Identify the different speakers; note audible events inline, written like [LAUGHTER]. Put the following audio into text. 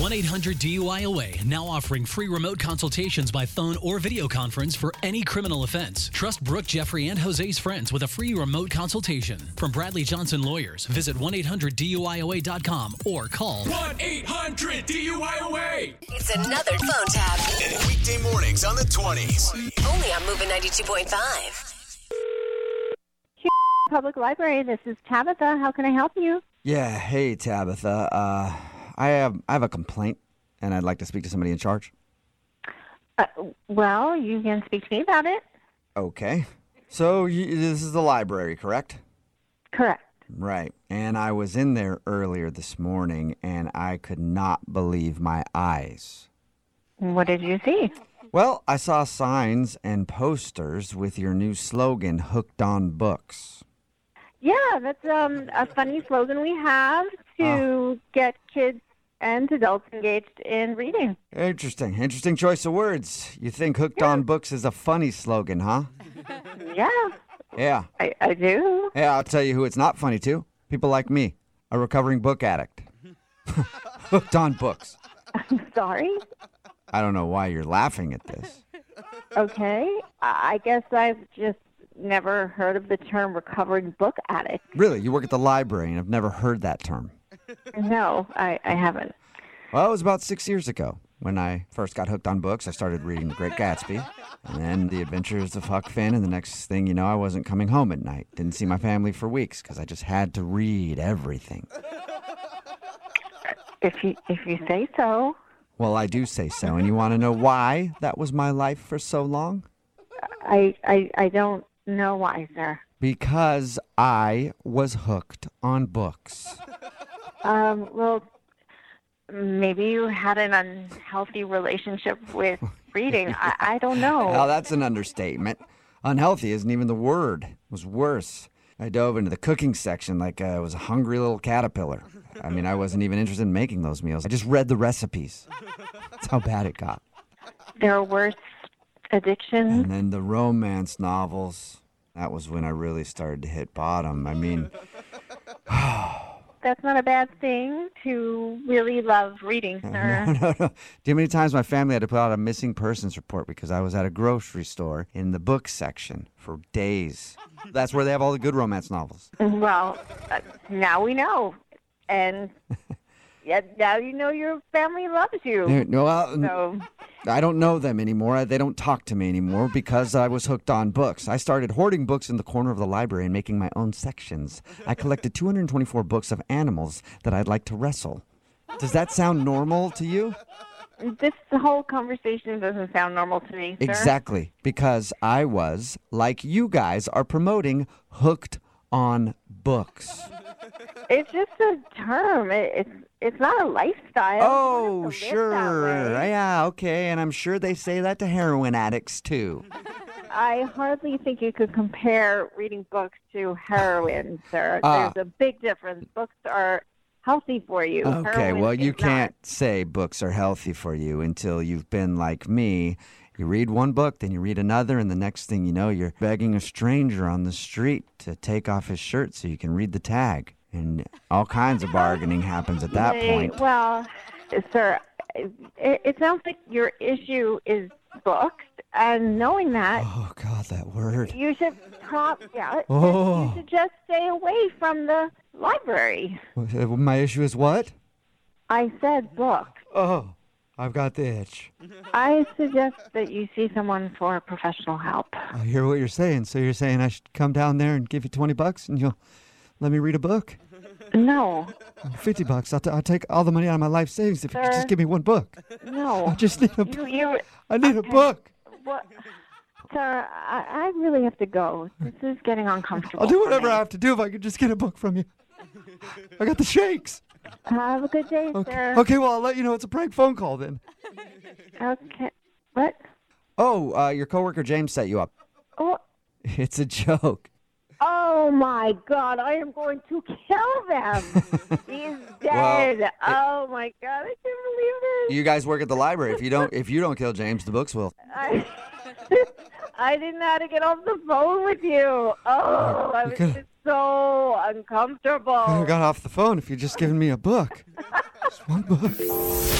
Speaker 1: 1 800 DUIOA now offering free remote consultations by phone or video conference for any criminal offense. Trust Brooke, Jeffrey, and Jose's friends with a free remote consultation. From Bradley Johnson Lawyers, visit 1 800 DUIOA.com or call
Speaker 2: 1 800 DUIOA.
Speaker 3: It's another phone tap.
Speaker 4: Weekday mornings on the 20s.
Speaker 3: Only on Moving 92.5.
Speaker 5: Public Library. This is Tabitha. How can I help you?
Speaker 6: Yeah, hey Tabitha. Uh, I have I have a complaint, and I'd like to speak to somebody in charge.
Speaker 5: Uh, well, you can speak to me about it.
Speaker 6: Okay. So you, this is the library, correct?
Speaker 5: Correct.
Speaker 6: Right. And I was in there earlier this morning, and I could not believe my eyes.
Speaker 5: What did you see?
Speaker 6: Well, I saw signs and posters with your new slogan, "Hooked on Books."
Speaker 5: Yeah, that's um, a funny slogan we have to get kids and adults engaged in reading.
Speaker 6: Interesting, interesting choice of words. You think "Hooked on Books" is a funny slogan, huh?
Speaker 5: Yeah,
Speaker 6: Yeah.
Speaker 5: I, I do.
Speaker 6: Yeah, I'll tell you who it's not funny to. People like me, a recovering book addict. [LAUGHS] Hooked on books.
Speaker 5: [LAUGHS] Sorry.
Speaker 6: I don't know why you're laughing at this.
Speaker 5: Okay. I I guess I've just never heard of the term recovering book addict.
Speaker 6: Really, you work at the library and I've never heard that term.
Speaker 5: No, I, I haven't.
Speaker 6: Well, it was about six years ago when I first got hooked on books. I started reading The Great Gatsby and then The Adventures of Huck Finn. And the next thing you know, I wasn't coming home at night. Didn't see my family for weeks because I just had to read everything.
Speaker 5: If you if you say so.
Speaker 6: Well, I do say so. And you want to know why that was my life for so long?
Speaker 5: I I, I don't know why, sir.
Speaker 6: Because I was hooked on books.
Speaker 5: Um, well, maybe you had an unhealthy relationship
Speaker 6: [LAUGHS]
Speaker 5: with reading. I, I don't
Speaker 6: Now,
Speaker 5: know.
Speaker 6: that's an understatement. Unhealthy isn't even the word, it was worse. I dove into the cooking section like I was a hungry little caterpillar. I mean, I wasn't even interested in making those meals. I just read the recipes. That's how bad it got.
Speaker 5: There are worse addictions.
Speaker 6: And then the romance novels. That was when I really started to hit bottom. I mean,
Speaker 5: That's not a bad thing to really love reading, sir.
Speaker 6: [LAUGHS] no, no. Do you know how many times my family had to put out a missing persons report because I was at a grocery store in the book section for [LAUGHS] days? That's where they have all the good romance novels.
Speaker 5: Well, uh, now we know,
Speaker 6: [LAUGHS]
Speaker 5: and yeah, now you know your family loves you.
Speaker 6: [LAUGHS] No, well,
Speaker 5: So
Speaker 6: I don't know them anymore. I- They don't talk to me anymore because I was hooked on books. I started hoarding books in the corner of the library and making my own sections. I collected 224 books of animals that I'd like to wrestle. Does that sound normal to you?
Speaker 5: this whole conversation doesn't sound normal to me, sir.
Speaker 6: Exactly. Because I was, like you guys are promoting, hooked on books.
Speaker 5: It's just a term. It, it's it's not a lifestyle. You
Speaker 6: Oh,
Speaker 5: don't have to live that
Speaker 6: sure.
Speaker 5: way.
Speaker 6: Yeah, okay. And I'm sure they say that to heroin addicts too.
Speaker 5: I hardly think you could compare reading books to heroin, sir.
Speaker 6: Ah.
Speaker 5: There's a big difference. Books are healthy for you.
Speaker 6: Okay,
Speaker 5: [LAUGHS] Heroin
Speaker 6: well, you
Speaker 5: is not.
Speaker 6: can't say books are healthy for you until you've been like me. You read one book, then you read another, and the next thing you know, you're begging a stranger on the street to take off his shirt so you can read the tag. And all kinds of bargaining happens at that
Speaker 5: They-
Speaker 6: point.
Speaker 5: Well, sir, it, it sounds like your issue is books, and knowing that,
Speaker 6: Oh, God, that word.
Speaker 5: you should prompt. Yeah,
Speaker 6: Oh.
Speaker 5: you should just stay away from the library.
Speaker 6: Uh, My issue is what?
Speaker 5: I said books.
Speaker 6: Oh, I've got the itch.
Speaker 5: I suggest that you see someone for professional help.
Speaker 6: I hear what you're saying. So you're saying I should come down there and give you 20 bucks and you'll let me read a book?
Speaker 5: No,
Speaker 6: 50 bucks. I'll, t- I'll take all the money out of my life savings if you could
Speaker 5: Sir.
Speaker 6: just give me one book. I
Speaker 5: no.
Speaker 6: just need a
Speaker 5: You, you,
Speaker 6: I need a
Speaker 5: Okay.
Speaker 6: book.
Speaker 5: What? Sir, I, I really have to go. This is getting uncomfortable.
Speaker 6: I'll do
Speaker 5: for
Speaker 6: whatever
Speaker 5: me.
Speaker 6: I have to do if I could just get a book from you. I got the shakes.
Speaker 5: Have a good day,
Speaker 6: Okay.
Speaker 5: sir.
Speaker 6: Okay, well, I'll let you know it's a prank phone call then.
Speaker 5: Okay. What?
Speaker 6: Oh, uh, your coworker James set you up.
Speaker 5: Oh,
Speaker 6: It's a joke.
Speaker 5: oh my God! I am going to kill them.
Speaker 6: [LAUGHS]
Speaker 5: He's dead.
Speaker 6: it-
Speaker 5: oh my God! I can't believe this.
Speaker 6: You guys work at the library. If you don't if you don't kill James, the books will.
Speaker 5: I, [LAUGHS] I didn't know how to get off the phone with you. Oh, I was
Speaker 6: Okay.
Speaker 5: just so
Speaker 6: [LAUGHS]
Speaker 5: uncomfortable.
Speaker 6: I got off the phone if you'd just given me a book. Just one book.